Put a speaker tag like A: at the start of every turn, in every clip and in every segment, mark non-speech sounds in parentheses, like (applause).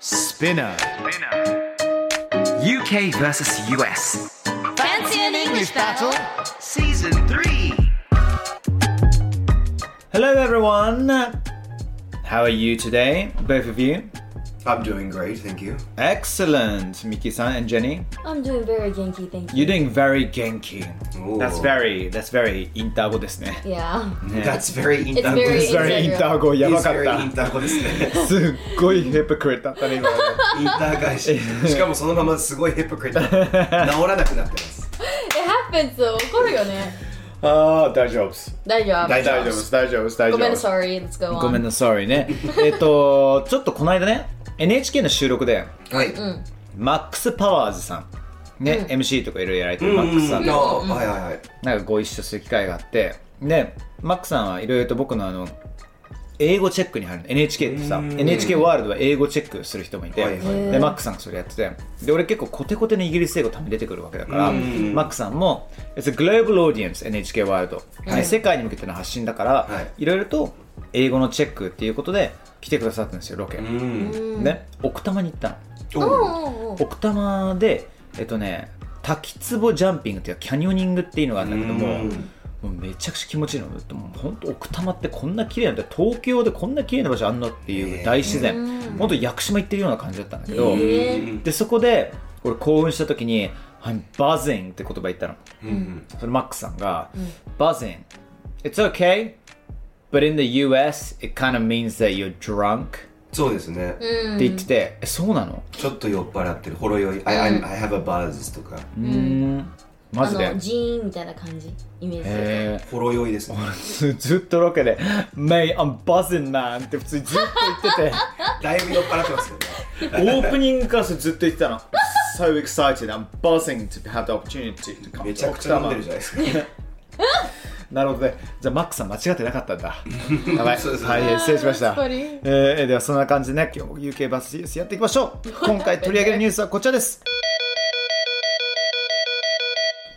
A: Spinner.
B: UK versus US.
C: Fancy an English battle?
B: Season 3.
A: Hello, everyone. How are you today, both of you?
D: I'm doing great, thank you.
A: Excellent, Miki-san and Jenny.
E: I'm doing very genki, thank you.
A: You're doing very genki.
D: Ooh.
A: That's very, that's very インター語ですね。
E: Yeah.
D: That's very
E: It's very-
D: Intago.
A: (laughs) It's very インター語やばか
D: It's
A: っ
D: very
A: た。
D: Intago ですね。
A: すっごいヘプクレットだったね今。 (laughs)
D: インター返し。しかもそのまますごいヘップクレット。治らなくなってます。
E: It happens though. 怒るよね。
A: ああ大丈夫です。
E: 大丈夫。
D: 大丈夫
A: 大丈夫です大丈夫です大丈
E: ご
A: 夫
E: めん
A: で
E: な
A: す。
E: さい。Let's go on.
A: ごめんなさい (laughs) ね。えっとちょっとこの間ね NHK の収録で。
D: はい。
A: マックス・パワーズさん、ね MC とかいろいろやられてるマックスさん
D: あ
A: と
D: はいはいはい。
A: なんかご一緒する機会があってでマックスさんはいろいろと僕のあの英語チェックに入るの NHK ってさ NHK ワールドは英語チェックする人もいて、
D: はいはい
A: でマックさんがそれやっててで俺結構コテコテのイギリス英語ために出てくるわけだからマックさんも「It's a global audience NHK ワールド」ね世界に向けての発信だから、、
D: はい
A: ろいろと英語のチェックっていうことで来てくださったんですよロケ、
D: うん。
A: ね奥多摩に行ったの
D: おう
A: 奥多摩でえっとね滝壺ジャンピングっていうかキャニオニングっていうのがあるんだけども
D: うん
A: もうめちゃくちゃ気持ちいいのでも本当奥多摩ってこんな綺麗なんだ東京でこんな綺麗な場所あんのっていう大自然、本当屋久島行ってるような感じだったんだけど、でそこで俺興奮した時に「I'm buzzing」って言葉言ったの
D: うん。
A: それマックさんが「buzzing it's okay but in the US it kind of means that you're drunk」
D: そうですね。
A: って言ってて「えそうなの
D: ちょっと酔っ払ってる。ほろ酔い。I, I'm- I have a buzz とか。
A: マ
E: あ
A: ジで
E: の、ジーンみたいな感じ。イメージする。
A: えー
D: ほろ酔いですね。
A: ずずっとロケで「May I'm buzzing man」って普通にずっと言ってて
D: だいぶ酔っ払ってますよね。
A: オープニングからずっと言ってたの「So excited I'm buzzing to have the opportunity to come
D: めちゃくちゃ飲んでるじゃないですか。
A: なるほどねじゃあマックさん間違ってなかった
D: (laughs)
A: んだやばい
D: そうですね
A: はい失礼しました
E: ぱり
A: えーではそんな感じでね今日も UK バス CS やっていきましょ
E: (laughs)
A: う今回取り上げるニュースはこちらです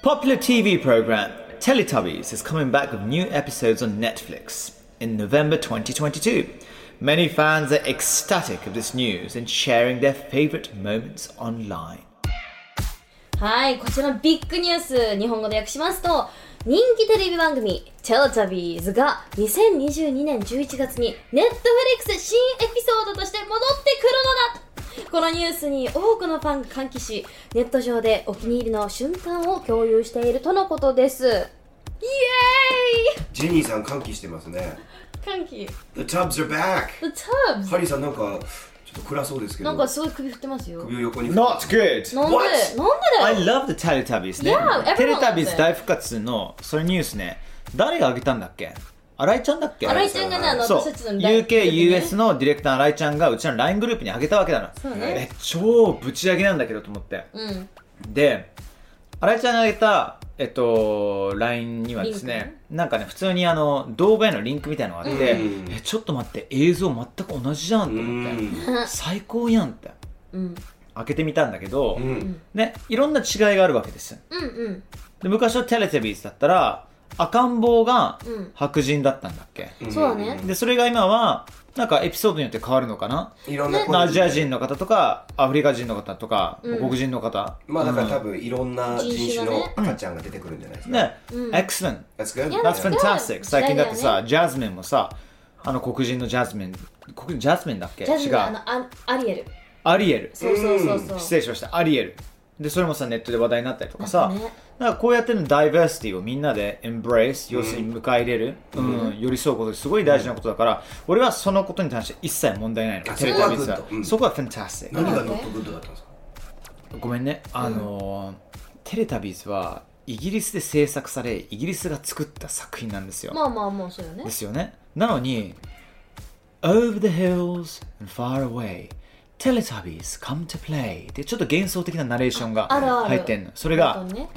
A: Popular TV program Teletubbies is coming back with new episodes on Netflix in November 2022. Many fans are ecstatic of this news and sharing their favorite moments online.
E: はい、こちらのビッグニュース、日本語で訳しますと、人気テレビ番組、テレタビーズが2022年11月に、ネットフリックス新エピソードとして戻ってくるのだこのニュースに多くのファンが歓喜し、ネット上でお気に入りの瞬間を共有しているとのことです。イエーイ
D: ジェニーさん歓喜してますね。
E: 歓喜。
D: The tubs are back!
E: The Tubs!
D: ハリーさんなんか、ちょっと暗そうですけど。
E: なんかすごい首振ってますよ。なんで
D: 首を横に。
A: Not good!
E: なんで
D: What?
E: だ
A: I
E: よ
A: love the Teletubbies ね。
E: Yeah, everyone
A: テレタビー
E: loves
A: ズ
E: it.
A: 大復活のそのニュースね、誰が上げたんだっけ新井ちゃんだっけ
E: 新井ちゃんがね、あの、
A: そう
E: 私たちの大
A: UK、US
E: ね
A: のディレクターの新井ちゃんがうちの LINE グループに上げたわけだな、え超ぶち上げなんだけどと思って、
E: ん
A: で新井ちゃんが上げた、えっと、LINE にはですねなんかね普通にあの動画へのリンクみたいなのがあって、
D: うん
A: えちょっと待って映像全く同じじゃん
D: う
A: と思って、
D: ん。
A: 最高やんって
E: うん。
A: 開けてみたんだけど、
D: うん。
A: ねいろんな違いがあるわけですよ
E: うんうん。
A: で昔のテレテビーズだったら赤ん坊が
E: うん
A: 白人だったんだっけ、
E: そうだね。
A: でそれが今はなんかエピソードによって変わるのかない
D: ろんな
A: アジア人の方とかアフリカ人の方とか、
E: うん
A: 黒人の方
D: まあだから多
A: う
D: 分いろんな人種の赤ちゃんが出てくるんじゃないです
A: ん
D: か。
A: ね、
E: うん
A: Excellent
D: 確かに。
A: That's
E: Yeah, that's good.
A: fantastic 最近だって
E: 時代だ
A: さ、ジャズミンもさあの黒人のジャズミン黒人ジャズミンだっけ
E: ジャズ
A: 違
E: のあ
A: う
E: のあアリエル。
A: アリエル
E: そうそうそう
A: 失
E: そう。
A: 礼しましたアリエルでそれもさネットで話題になったりとかさ
E: なんかね
A: なんかこうやってのダイバーシティをみんなでエンブレイス要するに迎え入れる、うん寄り添うことすごい大事なことだから、俺はそのことに対して一切問題ないの
D: あ
A: テレビは別
D: そこは
A: だ
D: グッドうん
A: そこはファンタスティッ
D: 何がノットグッドだった
E: (laughs)
D: んですか
A: クごめんねあのー、テレタビーズはイギリスで制作されイギリスが作った作品なんですよ、
E: まあまあまあそうよね
A: で。すよねなのに Over the hills and far away Teletubbies come to play でちょっと幻想的なナレーションが
E: あるある
A: 入ってんのそれが
E: 本当にね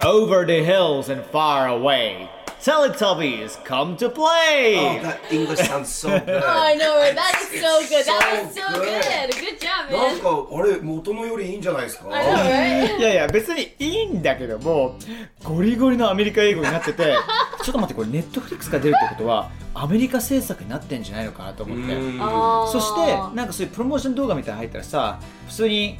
A: Over the hills and far away Teletubbies come to play、
D: Oh, that English sounds so good.
E: I know right that is so good that was
D: So
E: so good good job
D: なん
E: man
D: か、あれ、元のよりいいんじゃないですか
E: I know right
A: いやいや別にいいんだけどもゴリゴリのアメリカ英語になってて (laughs) ちょっと待ってこれネットフリックスが出るってことはアメリカ制作になってんじゃないのかなと思って
D: うん
E: あー
A: そしてなんかそういうプロモーション動画みたいなの入ったらさ普通に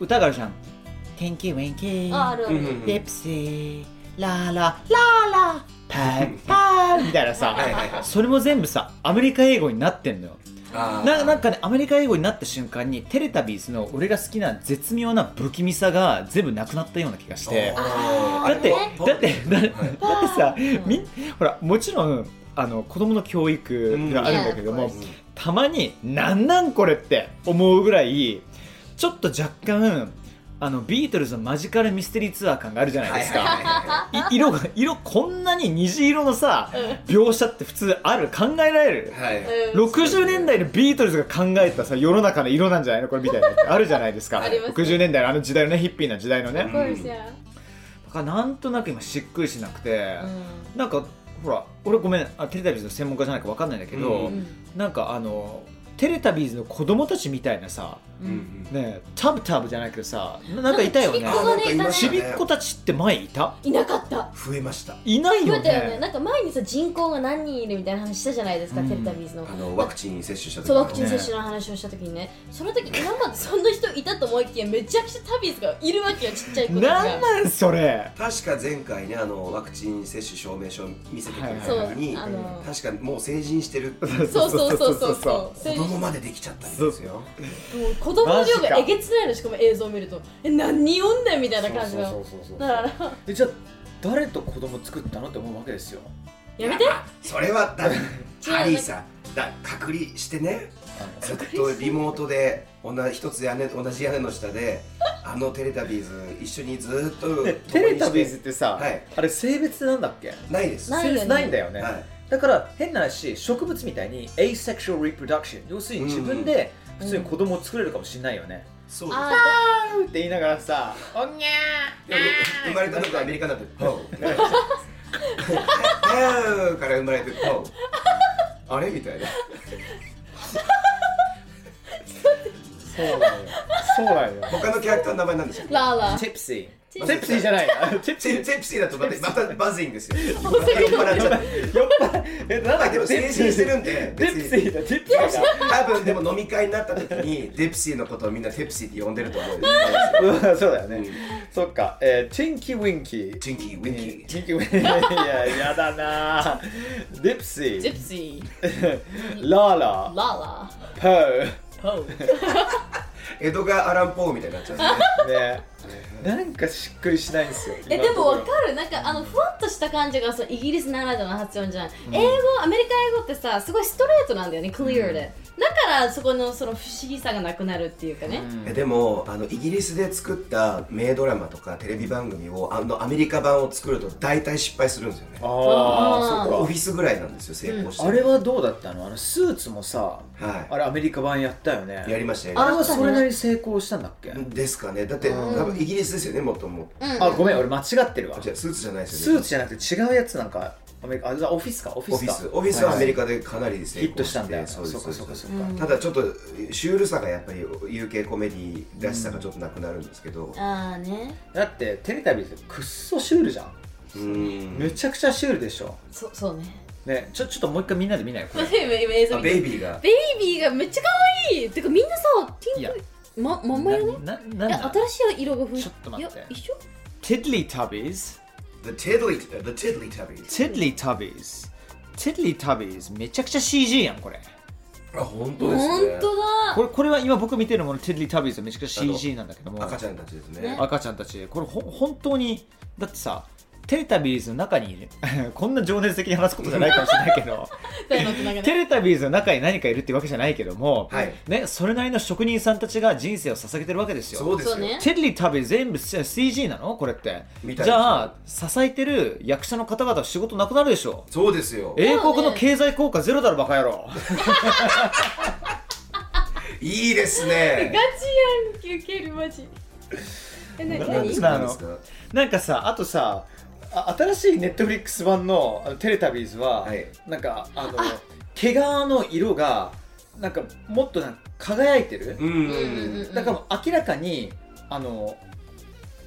A: 歌があるじゃん「Tinky
E: ああ
A: Winky
E: るあ
D: うんう
E: る
D: ん
A: Dipsy ララララパッパー」みたいなさ
D: はいはいはい
A: それも全部さアメリカ英語になってんのよ
D: あー
A: ななんかねアメリカ英語になった瞬間にテレタビーズの俺が好きな絶妙な不気味さが全部なくなったような気がして
D: あー
A: だって
D: あ
A: だってだだって
D: はい
A: さみんほらもちろんあの子供の教育があるんだけども、
E: うん
A: たまに「なんなんこれ」って思うぐらいちょっと若干あのビートルズのマジカルミステリーツアー感があるじゃないですか、
D: はいはいはいはい
A: い色が色こんなに虹色のさ描写って普通ある考えられる
D: はい
E: うん
A: 60年代のビートルズが考えたさ世の中の色なんじゃないのこれみたいなのってあるじゃないですか
E: ありますね
A: 60年代のあの時代のねヒッピーな時代のね、
E: Of course yeah
A: だからなんとなく今しっくりしなくて、
E: う
A: なんかほら俺ごめんあテレタビーズの専門家じゃないかわかんないんだけど、
D: うん
A: なんかあのテレタビーズの子供たちみたいなさ
D: うんうん
A: ねタブタブじゃないけどさななんかいたよね
E: なんかちびっこがねいたね
A: ちびっ子たちって前いた
E: いなかった
D: 増えました
A: いない
E: 増
A: よ
E: えたよね
A: ね
E: なんか前にさ人口が何人いるみたいな話したじゃないですか、
A: うん
E: テレタビーズの
D: あのワクチン接種した時
E: そうワクチン
A: ね
E: 接種の話をした時にねその時今までそんな人いたと思いきやめちゃくちゃタビーズがいるわけよちっちゃい子たちが
A: なんなんそれ
D: 確か前回ねあのワクチン接種証明書を見せてくれた
A: そう
D: 時に、
E: あの
D: 確かもう成人してる
E: そうそうそうそうそう
D: 子供までできちゃったんですよ
E: もう子供の量がえげつないのしかも映像を見るとえ何読んだよみたいな感じが
A: そうそう
E: だから
A: でじゃあ誰と子供作ったのって思うわけですよ
E: やめて
D: それは
E: (laughs)
D: だ
E: う
D: ハリーさんだ隔離してねずっとリモートで同じ一つ屋根同じ屋根の下であのテレタビーズ一緒にずっと共に
A: で
D: して
A: テレタビーズってさ、
D: はい
A: あれ性別なんだっけ
D: ないです
E: な
A: 性
E: いよね
A: 別ないんだよね、
D: はい
A: だから変な話植物みたいに asexual reproduction 要するに自分で普通に子供を作れるかもしれないよね、
D: そうです
E: あ
A: うって言いながらさおにゃ
D: でも生まれたのがアメリカなんで「ほう」ほうから生まれて「ほう」あれみたいな
A: そうなのよそうなのよ
D: 他のキャラクターの名前なんですよ
E: ーラー (laughs) ラー
A: tipsy
E: Tipsy
A: tipsy じゃないな
D: チ
A: tipsy
D: ェチェプシーだとまたまたバズいんですよま
E: 遅い
D: た酔っ払っちゃって
A: 酔っ払いえなんだっ
D: で
A: け
D: も成人してるんで別に
A: tipsy だ tipsy だ
D: 多分でも飲み会になった時にデプシーのことをみんなテプシーって呼んでると思うんで
A: うんそうだよね、
D: うん
A: そっかえー、チンキウィンキー
D: チンキーウィンキー
A: チンキウィンキーいややだなデプシ
E: ジ
A: ー
E: プシー
A: ラーラ
E: ラーラ
A: ーパー
E: ーポー
D: 江戸川アランポーみたいになっちゃうんで
A: ねなんかしっくりしないんですよ
E: えでもわかるなんかあのふわっとした感じがそうイギリスならではの発音じゃない、英語アメリカ英語ってさすごいストレートなんだよねクリアで、だからそこのその不思議さがなくなるっていうかね、
D: えでもあのイギリスで作った名ドラマとかテレビ番組をあのアメリカ版を作ると大体失敗するんですよね
A: ああ
E: ー
A: そ
D: オ
A: っ
D: フ
A: か
D: ィスぐらいなんですよ成功して
A: あれはどうだったのあのスーツもさ
D: はい
A: あれアメリカ版やったよね
D: やりました
A: あれ
D: よ
A: はそれなりに成功したんだっけ
D: ですかねだって多分イギリスですよねもっとも
A: あごめん俺間違ってるわ
D: じゃあスーツじゃないです
A: ス
D: よ
A: ー
D: ね
A: ツじゃなくて違うやつなんかアメリカあオフィスかオフィ
D: オフ
A: ス
D: ィ
A: か
D: スオフィスはアメリ
A: カ
D: カでかなり成功して
A: ヒットしたんだよ
D: そうです
A: そうかそうかそうか
D: ただちょっとシュールさがやっぱり UK コメディらしさがちょっとなくなるんですけど
E: ああね
A: だってテレタビーズくっそシュールじゃん
D: うん
A: めちゃくちゃシュールでしょ
E: そそうね
A: ねちょちょっともう一回みんなで見ないこ
E: 今
A: れ
E: 今映
D: あ
E: 像見て
D: ベイビーが
E: ベイビーがめっちゃ可愛いてかみんなさピ
A: い
E: ン
A: や
E: クいま桃よね
A: なな
E: え
A: なんだ
E: 新しい色が増え
A: ちょっと待って
E: いや一緒
A: Tiddlytubbies
D: The Tiddly The Tiddly Tubbies
A: Tiddlytubbies Tiddlytubbies めちゃくちゃ CG やんこれ
D: あ本当ですね
E: 本当だ
A: これこれは今僕見てるもの Tiddlytubbies はめちゃくちゃ CG なんだけども
D: 赤ちゃんたちですね
A: (laughs) 赤ちゃんたちこれほ本当にだってさテレタビーズの中にい (laughs) るこんな情熱的に話すことじゃないかもしれないけ
D: (laughs)
A: ど
E: 二人の大人がね
A: テレタビーズの中に何かいるってわけじゃないけども、
D: はい
A: ね、それなりの職人さんたちが人生を捧げてるわけですよ
D: そうですよ
E: そうね
A: テレビ旅全部 CG なのこれって
D: みたいです
A: じゃあ支えてる役者の方々は仕事なくなるでしょ
D: そうですよ
A: 英国の経済効果ゼロだろバカ野郎
D: いいですね
E: ガチやんけ受けるマジえな
A: な
E: 何
A: ん
D: です
A: なの
D: か
A: なんかさあとさあ新しいネットフリックス版のあのテレタビーズは、
D: はい
A: なんかあの毛皮の色がなんかもっとなんか輝いてる、
D: うん
E: うんうんうんうん
A: だからもう明らかにあの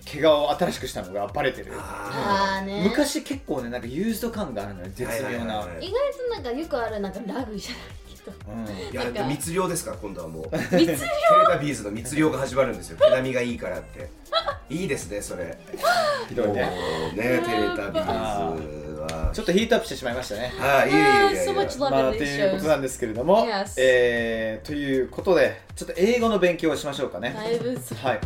A: 毛皮を新しくしたのがバレてる
D: あ
E: あーね
A: 昔結構ねなんかユーズド感があるのよ絶妙な、
D: はいはいはい
E: 意外となんかよくあるなんかラグじゃ
A: (laughs)
E: な
D: ーいや
E: なんか
D: 密漁ですか今度は
E: (laughs)
D: もうテ
E: いけど密
D: レタビーズの密漁が始まるん
E: (laughs)
D: ですよ毛並みがいいからっていいですねそれ
A: うん、ひどいね
D: ねテレタビーズは
A: ちょっとヒートアップしてしまいましたね
D: はいいえいえいえい
E: so
D: え
E: much
A: ま
E: love
A: あ、
E: in
A: と
E: this
A: いうこと
E: show
A: なんですけれども、
E: Yes.
A: えーということでちょっと英語の勉強をしましょうかね
E: だいぶそう
A: はい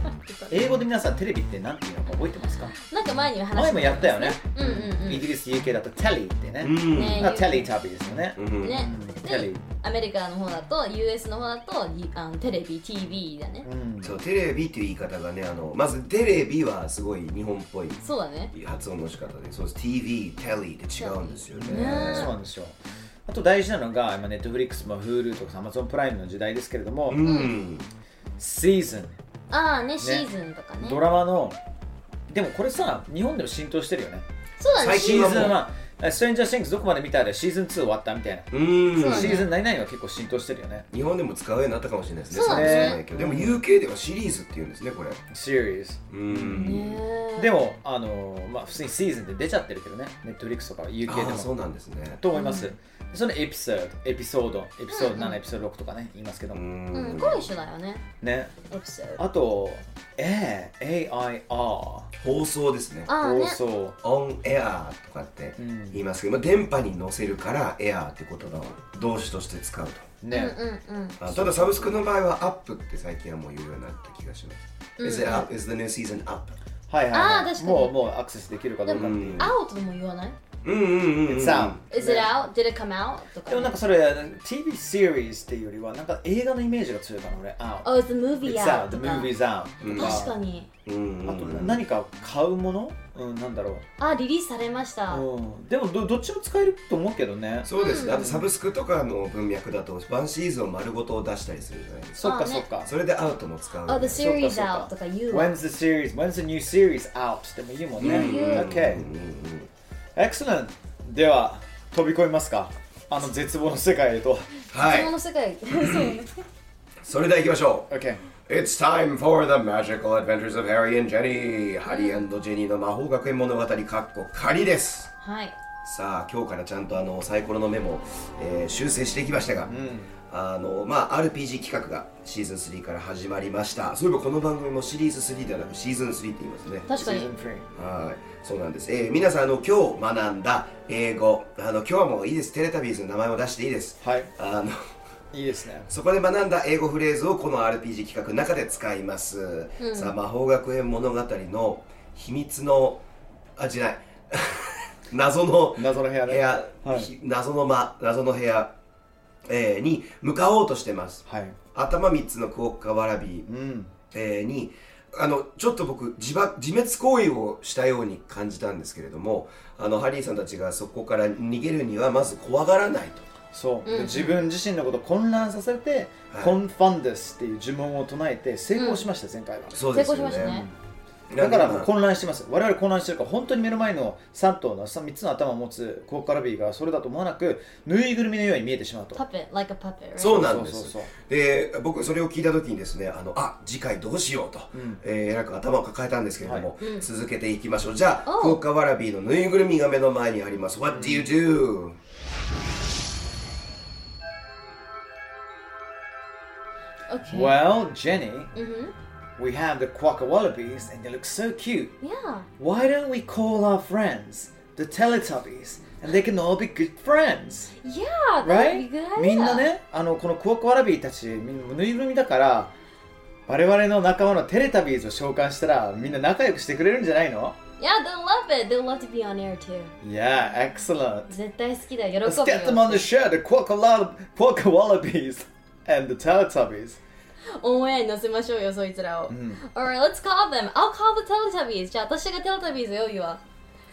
A: 英語で皆さんテレビって何ていうのか覚えてますか
E: なんか前には話
A: 前もやったよね
E: うんうん
A: イギリス UK だとテリーってね、
D: うん
E: ね
A: まあテリータビーですよね、
D: うん
E: うんね
A: テレビ
E: でアメリカの方だと US の方だといあのテレビ TV だね
A: うん
D: そうテレビっていう言い方がねあのまずテレビはすごい日本っぽい
E: そうだね
D: 発音の仕方でそうです TV テレビって違うんですよね
E: ね
A: そうなんですよあと大事なのが今ネットフリックスも Hulu とか Amazon プライムの時代ですけれども、
D: うん
A: シーズン
E: ああねシーズンとかね
A: ドラマのでもこれさ日本でも浸透してるよね
E: そうだね
D: 最
A: シ
D: 近は
A: ー
D: もう
A: ズン1「ストレンジャー・シングス」どこまで見たらシーズン2終わったみたいな、
D: うん
E: そうだね
A: シーズン99は結構浸透してるよね
D: 日本でも使うようになったかもしれないですね
E: そうだね
D: れはないけどでも UK ではシリーズっていうんですねこれ
A: シリーズ
D: うん
E: ね
A: でもあのーまあ普通にシーズンで出ちゃってるけどねネットフリックスとか UK
D: あ
A: で
D: ー
A: も
D: そうなんですね
A: と思います、そのエピソードエピソードエピソード7、エピソード6とかね言いますけど、
D: う
E: うん
D: ん
E: これ一緒だよね
A: ね
E: エピソード
A: あと A AIR 放
D: 放送ですね
E: ああね
A: 送
D: オンエアとかって
A: うん
D: 言いますけど、まあ、電波に乗せるからエアーって言葉を動詞として使うと
E: うん
A: ね、
E: うんうん
D: あただサブスクの場合はアップって最近はもう言うようになった気がします、is, it up? is the new season up?
A: はいはい、はい、
E: あー確かに
A: もうもうアクセスできるかどうかっていう
D: うん
E: アウトも言わない
D: うんうんうんうん
A: さあ
E: Is it out? Did it come out? とか
A: でもなんかそれ TV シリーズっていうよりはなんか映画のイメージが強いかな俺あ
E: Oh, is the movie
A: It's out
E: out?
A: The
E: とか
A: movie's out
D: うん
E: 確かに
D: うんうん
A: あと何か買うものうんなんだろ
E: あリリースされました
A: う、うん、でもどどっちも使えると思うけどね
D: そうですねあとサブスクとかの文脈だとワンシーズンを丸ごと出したりするじゃないです
A: そっか
E: あね
A: そっか
D: かそれでアウトも使う
E: Oh, the
D: う
E: series
A: そうか
E: out とか言うわ
A: When's the series? When's the new series out? でもいいもんね。
D: んうんうん
A: Okay. Excellent. では、飛び越えますか。あの絶望の世界へと。
D: は
E: そ
D: い
E: の世界 (laughs) そうね
D: それでは行きましょう
A: Okay.
D: It's time for the magical adventures of Harry and Jenny ハリージェニーの魔法学園物語かっこ仮です
E: はい
D: さあ今日からちゃんとあのサイコロのメモを、えー修正していきましたが、あのまあ、RPG 企画がシーズン3から始まりましたそういえばこの番組もシリーズ3ではなくシーズン3って言いますね
E: 確かに
A: Season three.
D: はいそうなんです、えー皆さんあの今日学んだ英語あの今日はもういいですテレタビーズの名前を出していいです
A: はい
D: あの
A: いいですね。
D: そこで学んだ英語フレーズをこの RPG 企画の中で使います、さあ魔法学園物語の秘密のあ違う (laughs) 謎の
A: 謎の部屋ね
D: 部屋
A: はい
D: ひ謎の間謎の部屋、えーに向かおうとしてます、
A: はい。
D: 頭3つのクオッカワラビー、
A: うん。
D: えーにあのちょっと僕自爆自滅行為をしたように感じたんですけれどもあのハリーさんたちがそこから逃げるにはまず怖がらないと。
A: そう、で自分自身のことを混乱させて、
D: はい
A: コンファンデスっていう呪文を唱えて成功しました、前回は。
D: そう
E: 成
D: です
E: 功し
D: よ
E: ま
D: ね
E: したね
A: だからもう
D: なん
A: 混乱してます。我々混乱してるから、本当に目の前の3頭の3つの頭を持つコーカラビーがそれだと思わなく、ぬいぐるみのように見えてしまうと。
E: パペ like a puppet、right?
D: そうなんです
A: そうそうそう
D: で僕それを聞いた時にですねあのあ次回どうしようと、えーえらく頭を抱えたんですけれども、続けていきましょうじゃあ
E: おう
D: クオッカワラビーのぬいぐるみが目の前にあります What do you do?
E: オッケー
A: Well, Jenny, we have the quokka wallabies and they look so cute.
E: Yeah
A: Why don't we call our friends, the Teletubbies, and they can all be good friends,
E: Yeah
A: right?
E: that'd be a good idea
A: みんなね、あのこのクワッカワラビーたち、みんなぬいぐるみだから、我々の仲間のテレタビーズを召喚したら、みんな仲良くしてくれるんじゃないの
E: Yeah they love it they love to be on air too
A: Yeah, excellent.
E: 絶対好きだよ
A: Let's
E: 喜ぶ
A: get them on
E: よ
A: the show, the quokka wall- quokka wallabies and the Teletubbies.
E: オンエアに乗せましょうよそいつらを、Alright let's call them I'll call the Teletubbies じゃあ私が Teletubbies よ言わ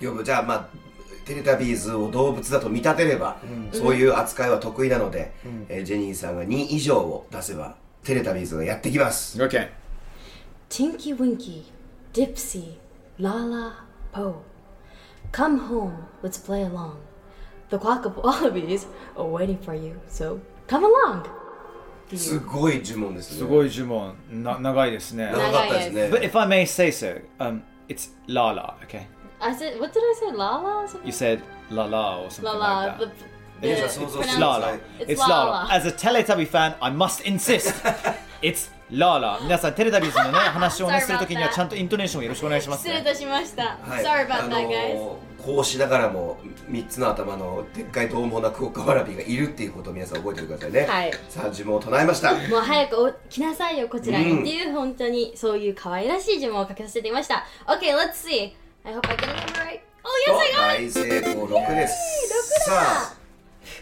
D: よくじゃあまあテレタビーズを動物だと見立てれば、そういう扱いは得意なので、えージェニーさんが2以上を出せばテレタビーズがやってきます。
A: Okay.
E: Tinky Winky, Dipsy, Lala, Poe. Come home, let's play along. The clock of wallabies are waiting for you, so come along! ってい
D: す
E: う
D: ごい呪文ですね。
A: すごい呪文。な、長いですね。
D: 長かったですね。
A: But if I may say so, um, it's Lala, okay?
E: I said, what did I say? Lala? or something?
A: You said Lala or something
E: Lala.
A: like
E: The,
A: that.
E: the,
D: Yeah, that's also-
A: It's
E: pronounce-
A: Lala.
E: It's
A: It's Lala.
E: Lala.
A: As a Teletubby fan, I must
F: (laughs)
A: insist. It's Lala. 皆さん、テレタビーズ
E: (laughs)
A: のね、話をね、
E: Sorry about
A: するときにはちゃんとイントネーションをよろしくお願いします
E: 失礼い
A: ね。
E: たしました。
D: はい、
E: Sorry about
D: あ
E: that, guys.
D: のーこうしながらも3つの頭のでっかい獰猛なクオッカワラビーがいるっていうことを皆さん覚えておいてくださいね
E: はい
D: さあ呪文を唱えました
E: もう早くお来なさいよこちらに、
D: うん
E: っていう本当にそういう可愛らしい呪文をかけさせていました OK let's see I hope I get it right Oh yes I got it
D: 大成功6ですさあ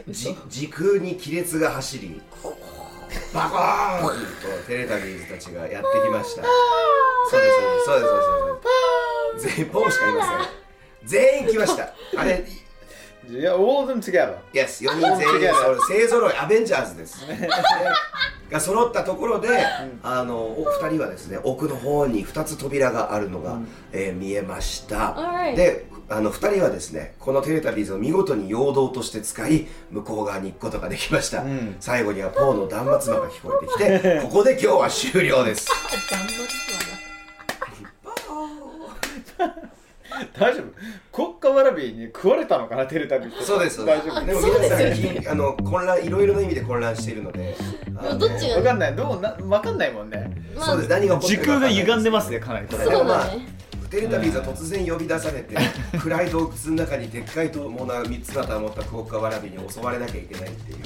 D: じ時空に亀裂が走りバコーンとテレタビーズたちがやってきましたそうですそうですそうですそうです全員ポンしかいません全員来ましたあれ
A: Yeah, all of them together.
D: Yes、4人全員が勢ぞろいアベンジャーズ
A: (laughs)
D: です。ねが揃ったところで、あのお二人はですね奥の方に2つ扉があるのが、えー見えました、
E: Alright
D: であの2人はですねこのテレタビーズを見事に陽動として使い向こう側に行くことができました、最後にはポーの断末魔が聞こえて
A: (laughs)
D: きてここで今日は終了です
E: 頑張って
F: 大丈夫コッカワラビーに食われたのかなテレタビーって
D: そうです
F: 大丈夫
D: でも皆さんきあの混乱いろいろな意味で混乱しているのであの
E: どっちが
F: わかんないどうなわかんないもんね
E: ま
D: そうです何が起こって
A: 時
D: るか
A: 空が
D: わかんない
A: 歪んでますね、かなりこれ。
E: そうだね
D: テレタビーズは突然呼び出されて、暗い洞窟の中にでっかいともな三つ肩を持ったクオッカワラビに襲われなきゃいけないっていう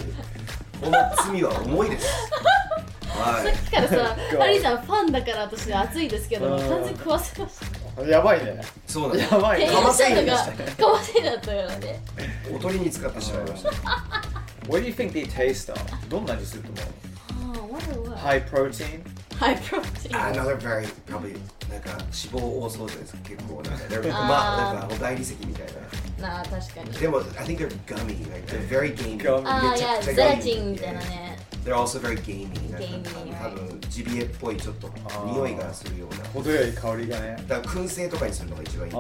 D: この罪は重いですはい
E: だから
D: (laughs)
E: さアリさんファンだから私熱いですけど完全に食わせました
F: やばいね
D: そうなんです
F: やばい
E: 転
F: ね
E: 用し
D: せ
E: た
D: 犬
E: の
D: で
E: が
D: した
E: かわせだったからね
D: おとりに使ってしまいました
F: What do you think they taste of? どんな味すると思う
E: ああ what a what
F: High protein?
E: high protein
D: Another very probably なんか脂肪多そうじゃないですか結構なんか they're-
E: あー
D: まあなんかお大理石みたいな
E: なあ確かに
D: でも I think they're gummy like they're very gamey
F: Gummy
E: ああいやゼラチンみたいな
D: Yeah.
E: ね
D: They're also very gamey なんか
E: Gamey, right.
D: 多分ジビエっぽいちょっと匂いがするような
F: 程よい香りがね
D: だから燻製とかにするのが
A: (laughs)
D: 一番いい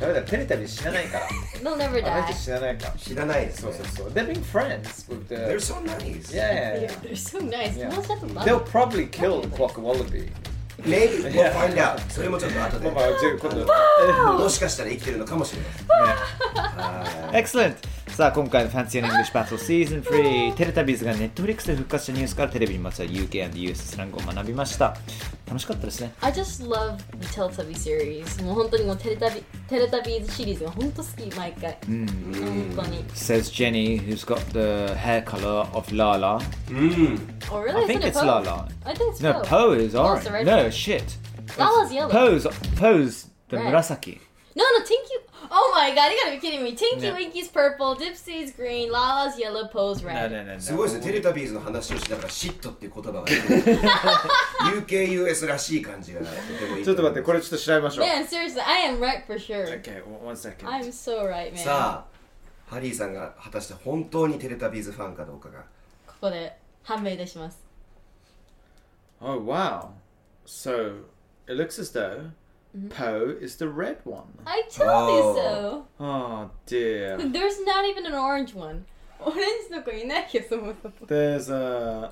F: ダメだテレタビー死なないから
E: They'll never
F: あ
E: die
F: の人死なないから
D: 知らないです
F: そ
D: ね
F: うそうそう They're being friends with the
D: They're so nice
F: Yeah, yeah,
E: Yeah, They're so nice
F: Yeah.
E: Don't shut them
F: yeah.
E: up
F: They'll probably kill the clock wallaby
D: Maybe we'll find out それもちょっと後で
F: まあまあじゅう今度
D: もしかしたら生きてるのかもしれない
A: (laughs) Excellent! さあ今回の Fancy and English Battle Season 3テレタビーズが Netflix で復活したニュースからテレビにまつわる UK and US スラングを学びました楽しかったですね
E: I just love the Teletubby series もう本当にもうテレタビテレタビーズシリーズが本当好き毎回うん本当に
A: Says Jenny who's got the hair color of Lala
E: Oh really?
A: I think
E: Isn't it
A: it's
E: Poe?
A: Lala
E: I think it's
A: No,
E: Poe.
A: Poe is
E: No,
A: orange
E: it's the red
A: No,
E: one.
A: shit
E: Lala's Oh, yellow
A: Poe's, Poe's the
E: Red.
A: murasaki
E: No, no, Tinky Oh my god, you gotta be kidding me Tinky
A: Yeah.
E: Winky's purple Dipsy's green Lala's yellow Poe's red
A: No, no, no, no
D: すごいですねテレタビーズの話をしながらシットっていう言葉がね
F: (laughs)
D: UKUS らしい感じがとてもいい
F: ちょっと待ってこれちょっと調べましょう
E: Man, seriously, I am right for sure
F: Okay, one second
E: I'm so right, man
D: さあハリーさんが果たして本当にテレタビーズファンかどうかが
E: ここで判明いたします
F: Oh wow. So it looks as though
E: Mm-hmm.
F: Poe is the red one.
E: I told
D: Oh.
F: Oh
E: you so
F: dear.
E: There's not even an orange one オレンジの子い
F: (laughs)
E: ないよそもそも
F: There's uh,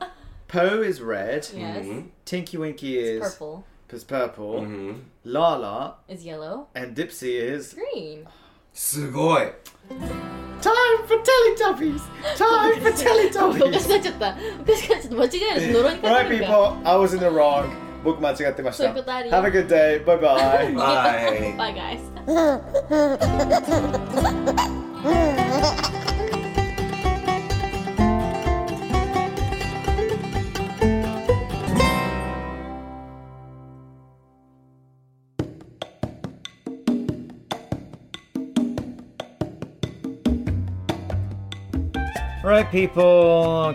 F: Poe is red.
E: Yes
F: Tinky Winky is
E: Purple
F: is purple.
D: Mm-hmm.
F: Lala
E: is yellow
F: and Dipsy is
E: green
D: すごい
F: time for Teletubbies. Time for
E: (laughs) おか
F: Teletubbies.
E: しくなっちゃったおかしくなっちゃった間違えるし呪い
F: All
E: にか
F: right,
E: けるから
F: people. I was in the wrong. 僕間違ってまし
E: そういう
F: た。
E: ことあるよ
F: Have a good day. Bye bye.
A: (laughs)
D: はい
E: Bye guys
A: Alright people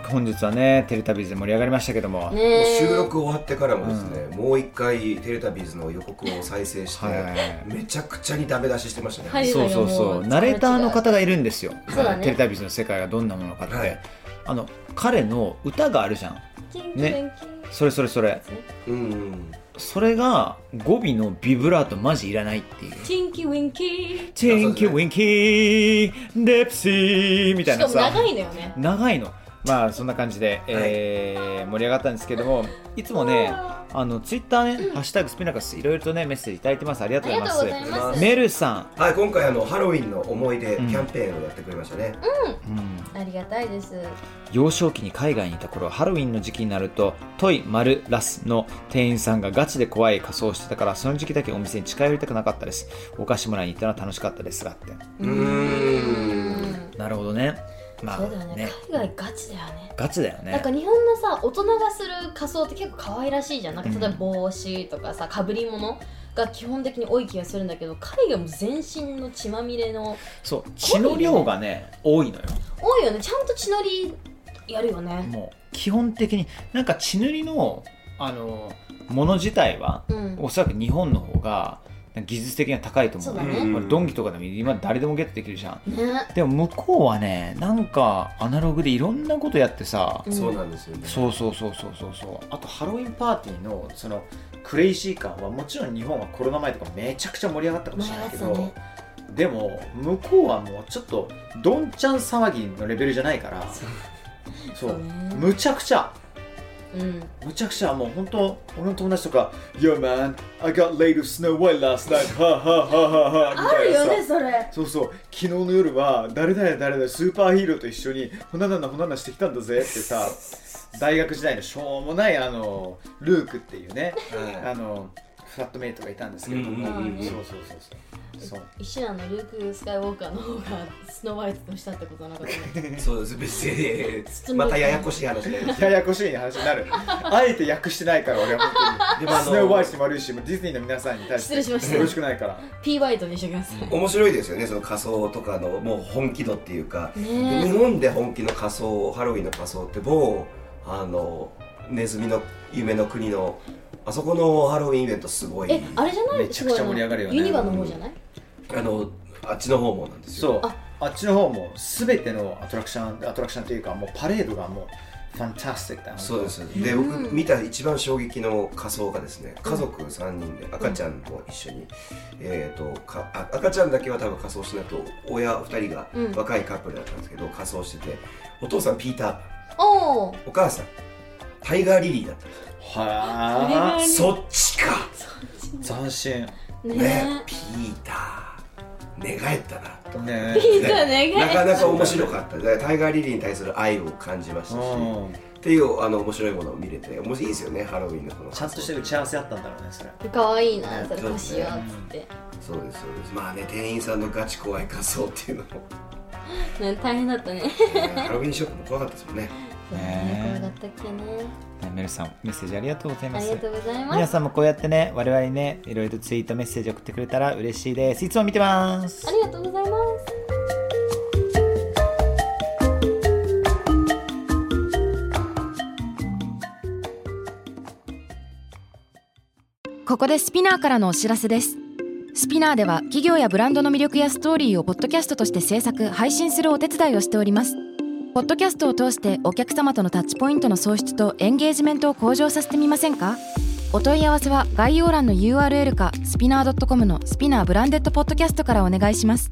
A: 本日はねテレタビーズで盛り上がりましたけども、
D: 収録終わってからもですね、もう一回テレタビーズの予告を再生して、
A: はい
D: めちゃくちゃにダメ出ししてましたね、
E: はい
A: そうそうそ
E: も
A: う
E: う
A: ナレーターの方がいるんですよ、
E: そうだね
A: テレタビーズの世界がどんなものかって、
D: はい
A: あの彼の歌があるじゃん
E: キンキンキン
A: ねそれそれそれ
D: うん
A: それが語尾のビブラートマジいらないっていう
E: キンキンウィンキー
A: ティンキーウィンキーデプシーみたい
E: しか
A: なさ
E: も長いのよね
A: 長いのまあそんな感じで、えー盛り上がったんですけどもいつもねあのツイッターね「ハッシュタグスピナカス」いろいろとねメッセージいただいてますありがとうございます
E: ありがとうございます
A: メルさ
D: はい今回あのハロウィンの思い出キ
A: ん
D: ャンペーンをやってくれましたね、
A: ん、うん、
E: ありがたいです
A: 幼少期に海外にいた頃ハロウィンの時期になるとトイ・マル・ラスの店員さんがガチで怖い仮装をしてたからその時期だけお店に近寄りたくなかったですお菓子もらいに行ったのは楽しかったですがって
D: うーん
A: なるほどねまあ
E: そうだよね海外ガチだよね
A: ガチだよ
E: なん
A: ね
E: か日本のさ大人がする仮装って結構可愛らしいじゃんなんか例えば帽子とかさかぶり物が基本的に多い気がするんだけど海外も全身の血まみれの
A: そう血の量がね多いのよ
E: 多いよねちゃんと血のりやるよね
A: もう基本的になんか血塗りのあのもの自体は、
E: うん
A: おそらく日本の方が技術的には高いと思う
E: そうだ
D: ね
A: これドンキとかでも今誰でもゲットできるじゃん
E: ね
A: でも向こうはねなんかアナログでいろんなことやってさ、
E: ん
D: そうなんですよね
A: そうそうそうそうそうそうあとハロウィンパーティーのそのクレイジー感はもちろん日本はコロナ前とかめちゃくちゃ盛り上がったかもしれないけど、
E: 盛り上がっ
A: でも向こうはもうちょっとどんちゃん騒ぎのレベルじゃないからそう
E: そうね
A: むちゃくちゃ
E: うん
A: むちゃくちゃもう本当俺の友達とか「Yo man I got laid with Snow White last night はあはあはあはあ」み
E: あ
A: た
E: る
A: いな
E: よ
A: さ
E: ねそれ
A: そうそう昨日の夜は誰々誰々スーパーヒーローと一緒にほなななほななしてきたんだぜってさ大学時代のしょうもないあのルークっていうね
D: は
A: あのフラットメイトがいたんですけど
D: うん
A: も、
D: うんうんうん
A: そうそうそうそうそう
E: 一緒なのルーク・スカイウォーカーの方がスノーワイトとしたってことはなかったね
D: いそうです別
E: 包
D: に
E: み
D: またややこしい話
A: (laughs)
D: で
A: ややこしい話になるあえて訳してないから俺は本当に
D: でもあの
A: スネーワイスにも悪いしもうディズニーの皆さんに対して
E: 失礼しました
A: よろしくないから
E: P ワイトにしてください
D: 面白いですよねその仮装とかのもう本気度っていうか、
E: ねえ
D: で日本で本気の仮装ハロウィンの仮装って某あのネズミの夢の国のあそこのハロウィンイベントすごい
E: えあれじゃない
F: めちゃくちゃ盛り上がるよね
E: すごいのユニバの方じゃない
D: あのあっちの方もなんですよ
F: そうあっちの方も全てのアトラクションアトラクションというかもうパレードがもうファンタスティックだよ
D: そうですで僕見た一番衝撃の仮装がですね家族3人で赤ちゃんと一緒に、えー、とかあ赤ちゃんだけは多分仮装しないと親2人が
E: うん
D: 若いカップルだったんですけど、仮装しててお父さんピーターパン
E: おお
D: お母さんタイガーリリーだったんです
F: はあ
D: そっちか
F: 斬新
E: ね
D: ねピーター寝返ったなと
F: ね
E: えピーター願い
D: なかなか面白かっただからタイガーリリーに対する愛を感じましたし、
F: うん
D: っていうあの面白いものを見れて面白いですよねハロウィンのこの
F: ちゃんとして打ち合わせあったんだろうねそれ
E: 可愛いな、それこしようっつって。
D: そうですそうですまあね店員さんのガチ怖い仮装っ
F: (laughs)
D: ていうのも
E: ね、大変だったね。
D: ねハロウィンショップも怖かったですもんね
A: ね
E: 怖かったっけね。
A: メルさんメッセージありがとうござい
E: あ
A: ます
E: りがとうございま
A: 皆
E: す。
A: さんもこうやってね我々にねいろいろとツイートメッセージ送ってくれたら嬉しいですいつも見てます
E: ありがとうございます。
G: ここでスピナーからのお知らせですスピナーでは企業やブランドの魅力やストーリーをポッドキャストとして制作配信するお手伝いをしておりますポッドキャストを通してお客様とのタッチポイントの創出とエンゲージメントを向上させてみませんかお問い合わせは概要欄の URL かスピナー .com のスピナーブランデッドポッドキャストからお願いします